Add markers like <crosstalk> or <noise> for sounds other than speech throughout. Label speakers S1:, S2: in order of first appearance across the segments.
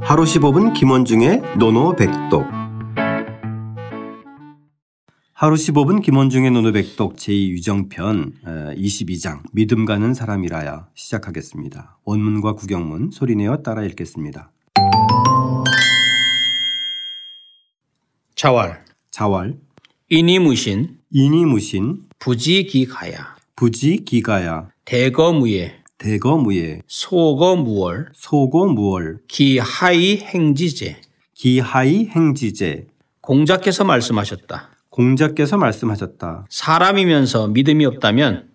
S1: 하루 15분 김원중의 노노백독 하루 15분 김원중의 노노백독 제2유정편 어, 22장 믿음 가는 사람이라야 시작하겠습니다. 원문과 구경문 소리내어 따라 읽겠습니다.
S2: 자왈
S1: 자왈
S2: 인이 무신
S1: 인이 무신
S2: 부지기가야
S1: 부지 기가야
S2: 대거무예
S1: 대거무예
S2: 소거무월
S1: 소고무월
S2: 기하이 행지제
S1: 기하이 행지제
S2: 공자께서 말씀하셨다.
S1: 공자께서 말씀하셨다.
S2: 사람이면서 믿음이 없다면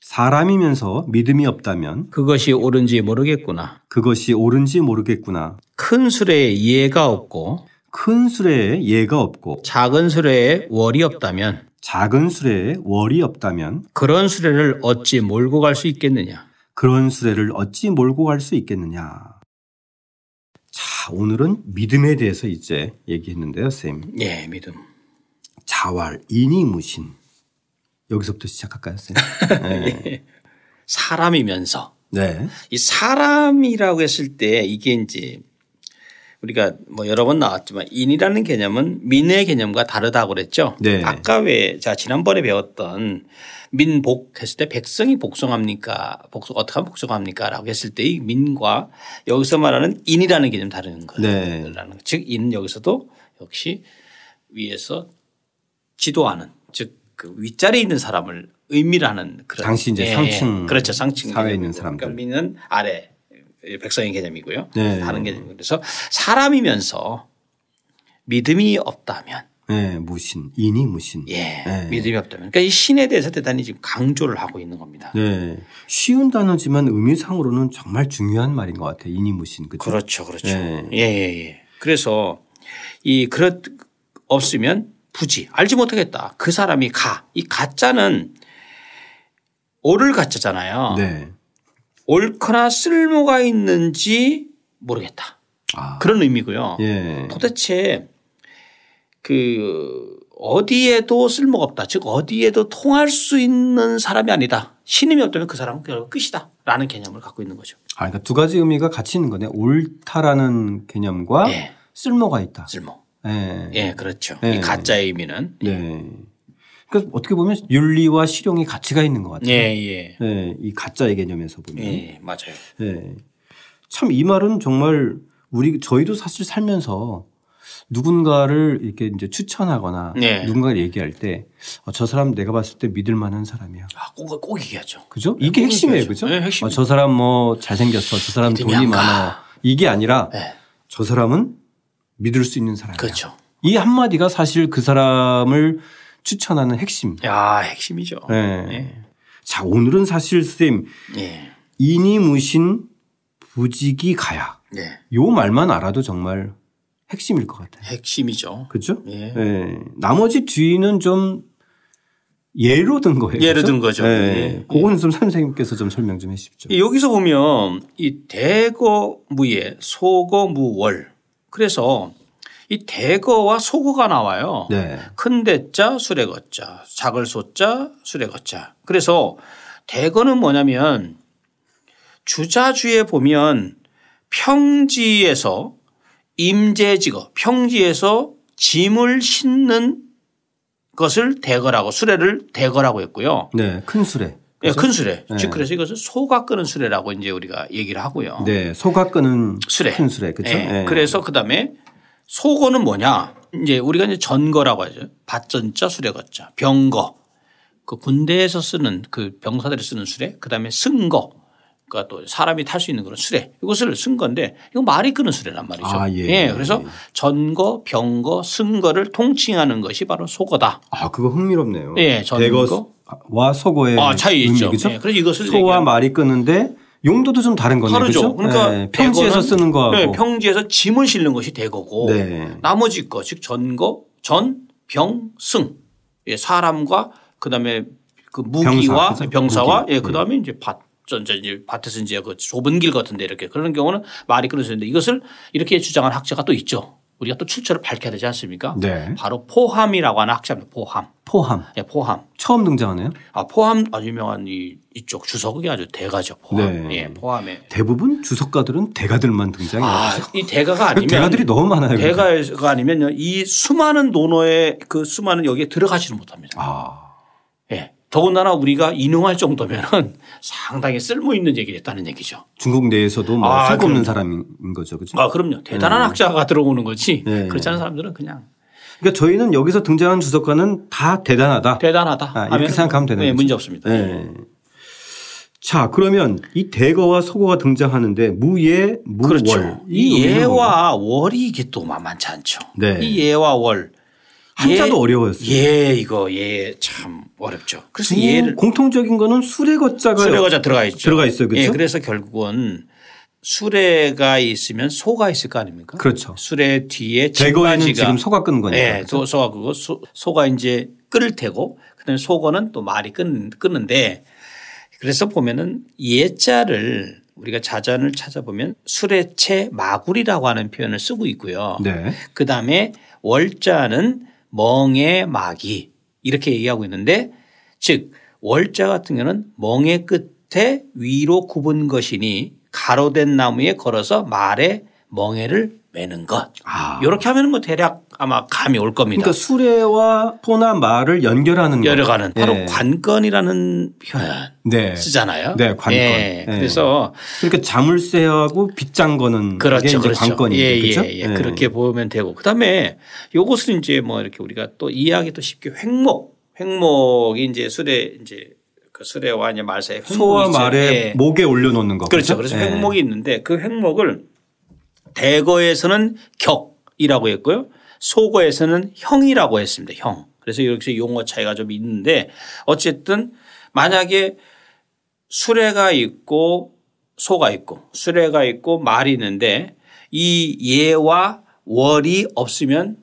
S1: 사람이면서 믿음이 없다면
S2: 그것이 옳은지 모르겠구나.
S1: 그것이 옳은지 모르겠구나.
S2: 큰 수레에 예가 없고
S1: 큰 수레에 예가 없고
S2: 작은 수레에 월이 없다면
S1: 작은 수레에 월이 없다면
S2: 그런 수레를 어찌 몰고 갈 수 있겠느냐.
S1: 그런 수레를 어찌 몰고 갈 수 있겠느냐. 자, 오늘은 믿음에 대해서 이제 얘기했는데요, 쌤.
S2: 예, 믿음.
S1: 자활, 인이 무신. 여기서부터 시작할까요,
S2: <laughs>
S1: 쌤? 네.
S2: 사람이면서
S1: 네.
S2: 이 사람이라고 했을 때 이게 이제 우리가 뭐 여러 번 나왔지만 인이라는 개념은 민의 개념과 다르다고 그랬죠.
S1: 네.
S2: 아까 왜 제가 지난번에 배웠던 민복 했을 때 백성이 복종합니까? 복종 어떻게 하면 복종합니까?라고 했을 때 이 민과 여기서 말하는 인이라는 개념 다른
S1: 네.
S2: 거라는 거. 즉 인은 여기서도 역시 위에서 지도하는 즉 그 윗자리에 있는 사람을 의미하는 그런
S1: 당시 이제 상층
S2: 그렇죠 상층
S1: 사회에
S2: 개념이고.
S1: 있는 사람들.
S2: 그러니까 민은 아래 백성의 개념이고요.
S1: 네.
S2: 다른 개념이고 그래서 사람이면서 믿음이 없다면
S1: 네, 무신. 인이 무신.
S2: 예
S1: 네.
S2: 믿음이 없다면 그러니까 이 신에 대해서 대단히 지금 강조를 하고 있는 겁니다.
S1: 네. 쉬운 단어지만 의미상으로는 정말 중요한 말인 것 같아요. 인이 무신. 그죠?
S2: 그렇죠, 그렇죠.
S1: 네.
S2: 예예 예, 예. 그래서 이 그렇 없으면 부지 알지 못하겠다. 그 사람이 가 이 가짜는 옳을 가짜잖아요.
S1: 네.
S2: 옳거나 쓸모가 있는지 모르겠다.
S1: 아.
S2: 그런 의미고요.
S1: 예.
S2: 네. 도대체 그 어디에도 쓸모가 없다. 즉 어디에도 통할 수 있는 사람이 아니다. 신임이 없다면 그 사람은 결국 끝이다. 라는 개념을 갖고 있는 거죠.
S1: 아, 그러니까 두 가지 의미가 같이 있는 거네. 옳다라는 개념과
S2: 예.
S1: 쓸모가 있다.
S2: 쓸모.
S1: 예.
S2: 예, 그렇죠.
S1: 아? 네.
S2: 이 가짜의 의미는.
S1: 네. 그러니까 어떻게 보면 윤리와 실용이 가치가 있는 것 같아요.
S2: 예, 예.
S1: 예, 이 가짜의 개념에서 보면.
S2: 예, 맞아요.
S1: 참 이 말은 정말 우리 저희도 사실 살면서 누군가를 이렇게 이제 추천하거나
S2: 네.
S1: 누군가를 얘기할 때 어, 저 사람 내가 봤을 때 믿을 만한 사람이야.
S2: 아, 꼭, 꼭 얘기하죠.
S1: 그죠? 이게 핵심이에요. 그죠?
S2: 네, 예, 핵심.
S1: 아, 저 사람 뭐 잘생겼어. 저 사람
S2: 믿음이
S1: 돈이
S2: 안 가.
S1: 많아. 이게 아니라
S2: 네.
S1: 저 사람은 믿을 수 있는 사람이야.
S2: 그렇죠.
S1: 이 한마디가 사실 그 사람을 추천하는 핵심.
S2: 야, 핵심이죠.
S1: 네.
S2: 네.
S1: 자, 오늘은 사실 쌤,
S2: 예.
S1: 인이 무신 부직이 가야.
S2: 예.
S1: 요 말만 알아도 정말 핵심일 것 같아요.
S2: 핵심이죠.
S1: 그죠?
S2: 예.
S1: 예. 나머지 뒤는 좀 예로 든 거예요.
S2: 예로
S1: 그죠?
S2: 든 거죠.
S1: 예.
S2: 예.
S1: 그거는 좀 선생님께서 좀 설명 좀 해주십시오.
S2: 이 여기서 보면 이 대거무예 소거무월 그래서 이 대거와 소거가 나와요.
S1: 네.
S2: 큰 대자 수레거자 작을 소자 수레거자 그래서 대거는 뭐냐면 주자주에 보면 평지에서 임재직어 평지에서 짐을 싣는 것을 대거라고 수레를 대거라고 했고요.
S1: 네. 큰 수레.
S2: 예, 큰 수레.
S1: 네.
S2: 즉 그래서 이것은 소가 끄는 수레라고 이제 우리가 얘기를 하고요.
S1: 네. 소가 끄는
S2: 수레.
S1: 큰 수레. 그죠? 네.
S2: 예, 그래서 그다음에 소거는 뭐냐? 이제 우리가 이제 전거라고 하죠. 밭전자 수레거자 병거. 그 군대에서 쓰는 그 병사들이 쓰는 수레. 그다음에 승거. 그러니까 또 사람이 탈 수 있는 그런 수레. 이것을 쓴 건데 이거 말이 끄는 수레란 말이죠.
S1: 아, 예.
S2: 그래서 전거, 병거, 승거를 통칭하는 것이 바로 소거다.
S1: 아, 그거 흥미롭네요.
S2: 예, 저는 그거.
S1: 대거와 소거의
S2: 아, 차이 있죠.
S1: 네. 의미, 그죠?
S2: 예, 그래서 이것을
S1: 소와
S2: 얘기하는
S1: 말이 끄는데 용도도 좀 다른 거네요. 그죠?
S2: 다르죠. 그러니까
S1: 예, 평지에서
S2: 대거는
S1: 쓰는 거하고
S2: 네, 평지에서 짐을 싣는 것이 대거고
S1: 네.
S2: 나머지 거 즉 전거, 전, 병, 승 예, 사람과 그다음에 그 무기와
S1: 병사, 그죠?
S2: 병사, 와
S1: 무기.
S2: 예, 그다음에 이제 밭 전자 이제 밭에서 이제 그 좁은 길 같은데 이렇게 그런 경우는 말이 끊어지는데 이것을 이렇게 주장한 학자가 또 있죠. 우리가 또 출처를 밝혀야 되지 않습니까?
S1: 네.
S2: 바로 포함이라고 하는 학자입니다. 포함.
S1: 포함.
S2: 예, 포함.
S1: 처음 등장하네요.
S2: 아, 포함 아주 유명한 이 이쪽 주석이 아주 대가죠. 포함.
S1: 네.
S2: 예, 포함에.
S1: 대부분 주석가들은 대가들만 등장해요. 그
S2: 아, 이 대가가 아니면
S1: 대가들이 너무 많아요. 그래서.
S2: 대가가 아니면 이 수많은 논어에 그 수많은 여기에 들어가지는 못합니다.
S1: 아,
S2: 예. 더군다나 우리가 인용할 정도면은 <laughs> 상당히 쓸모 있는 얘기를 했다는 얘기죠.
S1: 중국 내에서도 뭐
S2: 아,
S1: 쓸고 없는
S2: 그럼요.
S1: 사람인 거죠. 그죠?
S2: 아, 그럼요. 대단한 학자가 들어오는 거지.
S1: 음. 네.
S2: 그렇지 않은 사람들은 그냥
S1: 그러니까 저희는 여기서 등장한 주석가는 다 대단하다.
S2: 대단하다.
S1: 아, 이렇게
S2: 하면은
S1: 생각하면 되는
S2: 네,
S1: 거죠.
S2: 문제 없습니다.
S1: 네. 자, 그러면 이 대거와 서거가 등장하는데 무예, 무월.
S2: 그렇죠. 이 예와 월이 이게 또 만만치 않죠.
S1: 네.
S2: 이 예와 월.
S1: 한자도
S2: 예,
S1: 어려워요.
S2: 예, 이거 예 참 어렵죠. 그래서
S1: 두
S2: 예를
S1: 공통적인 거는 수레거자가
S2: 수레가 들어가 있죠.
S1: 들어가 있어요. 그렇죠?
S2: 예, 그래서 결국은 수레가 있으면 소가 있을 거 아닙니까?
S1: 그렇죠.
S2: 수레 뒤에
S1: 대거에는
S2: 뒷바지가
S1: 지금 소가 끈 거니까.
S2: 예, 소- 소가 그거 소, 소가 이제 끓을 테고 그다음에 소거는 또 말이 끓, 끓는데 그래서 보면은 예자를 우리가 자전을 찾아보면 수레채 마구리라고 하는 표현을 쓰고 있고요.
S1: 네.
S2: 그 다음에 월자는 멍의 막이 이렇게 얘기하고 있는데 즉 월자 같은 경우는 멍의 끝에 위로 굽은 것이니 가로된 나무에 걸어서 말에 멍에를 매는 것.
S1: 아.
S2: 이렇게 하면 뭐 대략 아마 감이 올 겁니다.
S1: 그러니까 수레와 소나 말을 연결하는 거.
S2: 열어가는 바로
S1: 네.
S2: 관건이라는 표현
S1: 네.
S2: 쓰잖아요.
S1: 네, 관건.
S2: 예,
S1: 네.
S2: 그래서
S1: 그러니까 자물쇠하고 빗장 거는 음,
S2: 그렇죠.
S1: 이게 이제
S2: 그렇죠.
S1: 관건이죠.
S2: 예,
S1: 그렇죠?
S2: 예, 예. 그렇게 보면 되고. 그다음에 요것을 이제 뭐 이렇게 우리가 또 이해하기 또 쉽게 횡목. 횡목이 이제 수레 이제 그 수레와 이제 말사의 횡목이
S1: 소와
S2: 있죠.
S1: 말의
S2: 예.
S1: 목에 올려놓는 거.
S2: 그렇죠. 그래서
S1: 예.
S2: 횡목이 있는데 그 횡목을 대거에서는 격이라고 했고요. 소거에서는 형이라고 했습니다. 형. 그래서 여기서 용어 차이가 좀 있는데 어쨌든 만약에 수레가 있고 소가 있고 수레가 있고 말이 있는데 이 예와 월이 없으면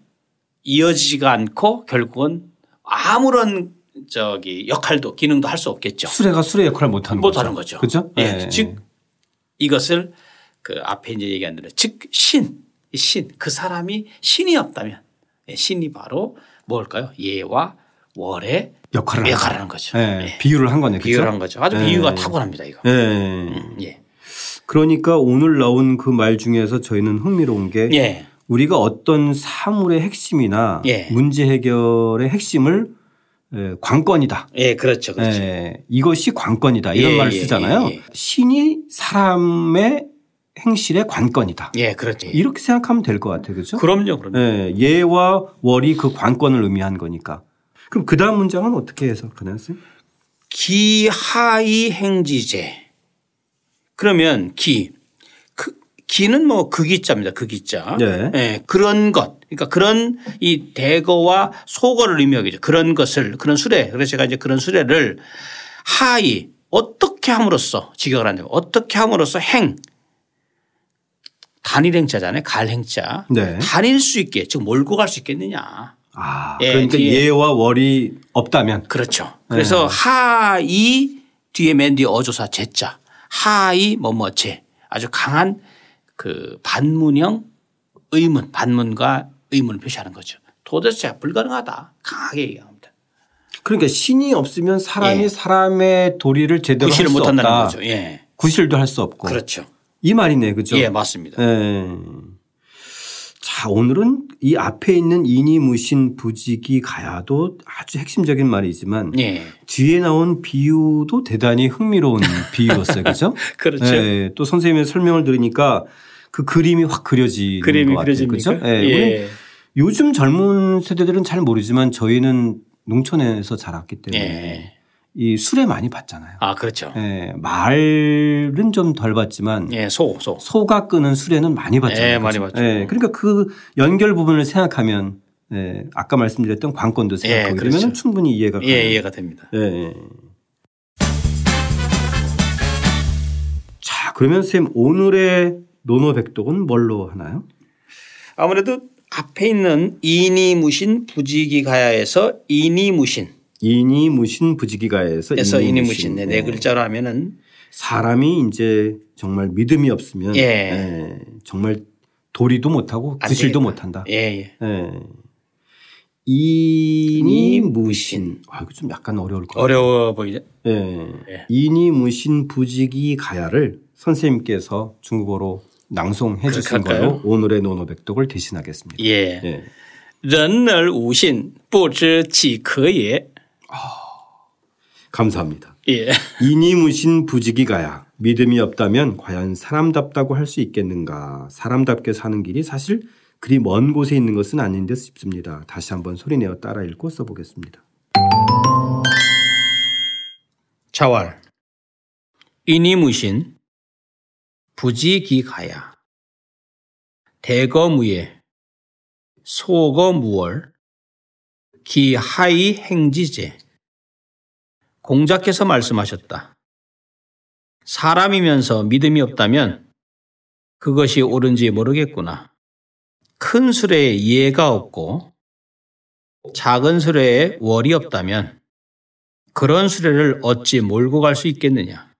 S2: 이어지지가 않고 결국은 아무런 저기 역할도 기능도 할 수 없겠죠.
S1: 수레가 수레 역할을 못하는 거죠.
S2: 못하는 뭐 거죠.
S1: 그렇죠?
S2: 예,
S1: 예.
S2: 즉 이것을 그 앞에 이제 얘기한 대로 즉신신그 사람이 신이 없다면 예, 신이 바로 뭘까요? 예와 월의
S1: 역할을 하는
S2: 역할하는 거죠.
S1: 예,
S2: 예.
S1: 비유를 한 거네.
S2: 비유를
S1: 그렇죠?
S2: 한 거죠. 아주
S1: 예.
S2: 비유가 탁월합니다 이거.
S1: 예.
S2: 음, 예.
S1: 그러니까 오늘 나온 그 말 중에서 저희는 흥미로운 게
S2: 예.
S1: 우리가 어떤 사물의 핵심이나
S2: 예.
S1: 문제 해결의 핵심을 예, 관건이다.
S2: 예, 그렇죠. 그렇죠.
S1: 예, 이것이 관건이다. 이런
S2: 예,
S1: 말을
S2: 예,
S1: 쓰잖아요.
S2: 예, 예.
S1: 신이 사람의 행실의 관건이다.
S2: 예, 그렇죠.
S1: 이렇게 생각하면 될 것 같아요. 그렇죠?
S2: 그럼요, 그럼요.
S1: 예, 예와 월이 그 관건을 의미한 거니까. 그럼 그 다음 문장은 어떻게 해석하나요? 선생님?
S2: 기하이 행지제. 그러면 기. 그, 기는 뭐 극이자입니다. 극이자.
S1: 네.
S2: 예, 그런 것. 그러니까 그런 이 대거와 소거를 의미하겠죠. 그런 것을 그런 수레. 그래서 제가 이제 그런 수레를 하이 어떻게 함으로써 직역을 한다. 어떻게 함으로써 행 단일 행자잖아요. 갈 행자.
S1: 네.
S2: 단일 수 있게 즉 몰고 갈 수 있겠느냐.
S1: 아,
S2: 예,
S1: 그러니까
S2: 뒤에.
S1: 예. 와 월이 없다면
S2: 그렇죠.
S1: 네.
S2: 그래서 하이 뒤에 맨 뒤에 어조사 제자 하이 뭐뭐제 아주 강한 그 반문형 의문 반문과 의문을 표시하는 거죠. 도대체 불가능하다 강하게 얘기합니다.
S1: 그러니까 신이 없으면 사람이
S2: 예.
S1: 사람의 도리를 제대로 할
S2: 구실을
S1: 수
S2: 못한다는
S1: 없다.
S2: 거죠. 예,
S1: 구실도 할 수 없고
S2: 그렇죠.
S1: 이 말이네, 그죠?
S2: 예, 맞습니다.
S1: 예. 자, 오늘은 이 앞에 있는 인이 무신 부지기 가야도 아주 핵심적인 말이지만
S2: 예,
S1: 뒤에 나온 비유도 대단히 흥미로운 <laughs> 비유였어요. 그죠?
S2: <laughs> 그렇죠.
S1: 예, 또 선생님의 설명을 들으니까 그 그림이 확 그려지는
S2: 그림이
S1: 것 같아요.
S2: 그려집니까?
S1: 그죠? 예. 우리
S2: 예,
S1: 요즘 젊은 세대들은 잘 모르지만 저희는 농촌에서 자랐기 때문에
S2: 예.
S1: 이 술에 많이 봤잖아요.
S2: 아 그렇죠.
S1: 예, 말은 좀 덜 봤지만
S2: 예, 소, 소.
S1: 소가 끄는 수레는 많이 봤잖아요.
S2: 예, 많이
S1: 그죠?
S2: 봤죠.
S1: 예, 그러니까 그 연결 부분을 생각하면 예, 아까 말씀드렸던 관건도 생각하고
S2: 예,
S1: 그러면
S2: 그렇죠.
S1: 충분히 이해가 가요.
S2: 예, 이해가 됩니다.
S1: 예, 예. 자, 그러면 쌤 오늘의 노노백독은 뭘로 하나요?
S2: 아무래도 앞에 있는 이니무신 부지기가야에서 이니무신
S1: 인이 무신 부지기가에서 예,
S2: 그래서 이니 무신 네, 네 글자로 하면은
S1: 사람이 이제 정말 믿음이 없으면
S2: 예.
S1: 예, 정말 도리도 못하고
S2: 안
S1: 구실도
S2: 되겠다.
S1: 못한다.
S2: 예, 예.
S1: 예. 이니
S2: 이니
S1: 무신. 아, 이거 좀 약간 어려울 것 같아요.
S2: 어려워 보이죠?
S1: 예.
S2: 예.
S1: 이니 무신 부지기 가야를 선생님께서 중국어로 낭송해 주신
S2: 그렇게 할까요?
S1: 걸로 오늘의 노노백독을 대신하겠습니다.
S2: 예.
S1: 예.
S2: 人而无信，不知其可也。
S1: 감사합니다.
S2: 예.
S1: 이니 무신 부지기 가야. 믿음이 없다면 과연 사람답다고 할 수 있겠는가? 사람답게 사는 길이 사실 그리 먼 곳에 있는 것은 아닌 듯 싶습니다. 다시 한번 소리내어 따라 읽고 써보겠습니다.
S2: 자왈. 이니 무신 부지기가야. 대거무예 소거무월 기하이 행지제. 공자께서 말씀하셨다. 사람이면서 믿음이 없다면 그것이 옳은지 모르겠구나. 큰 수레에 예가 없고 작은 수레에 월이 없다면 그런 수레를 어찌 몰고 갈 수 있겠느냐?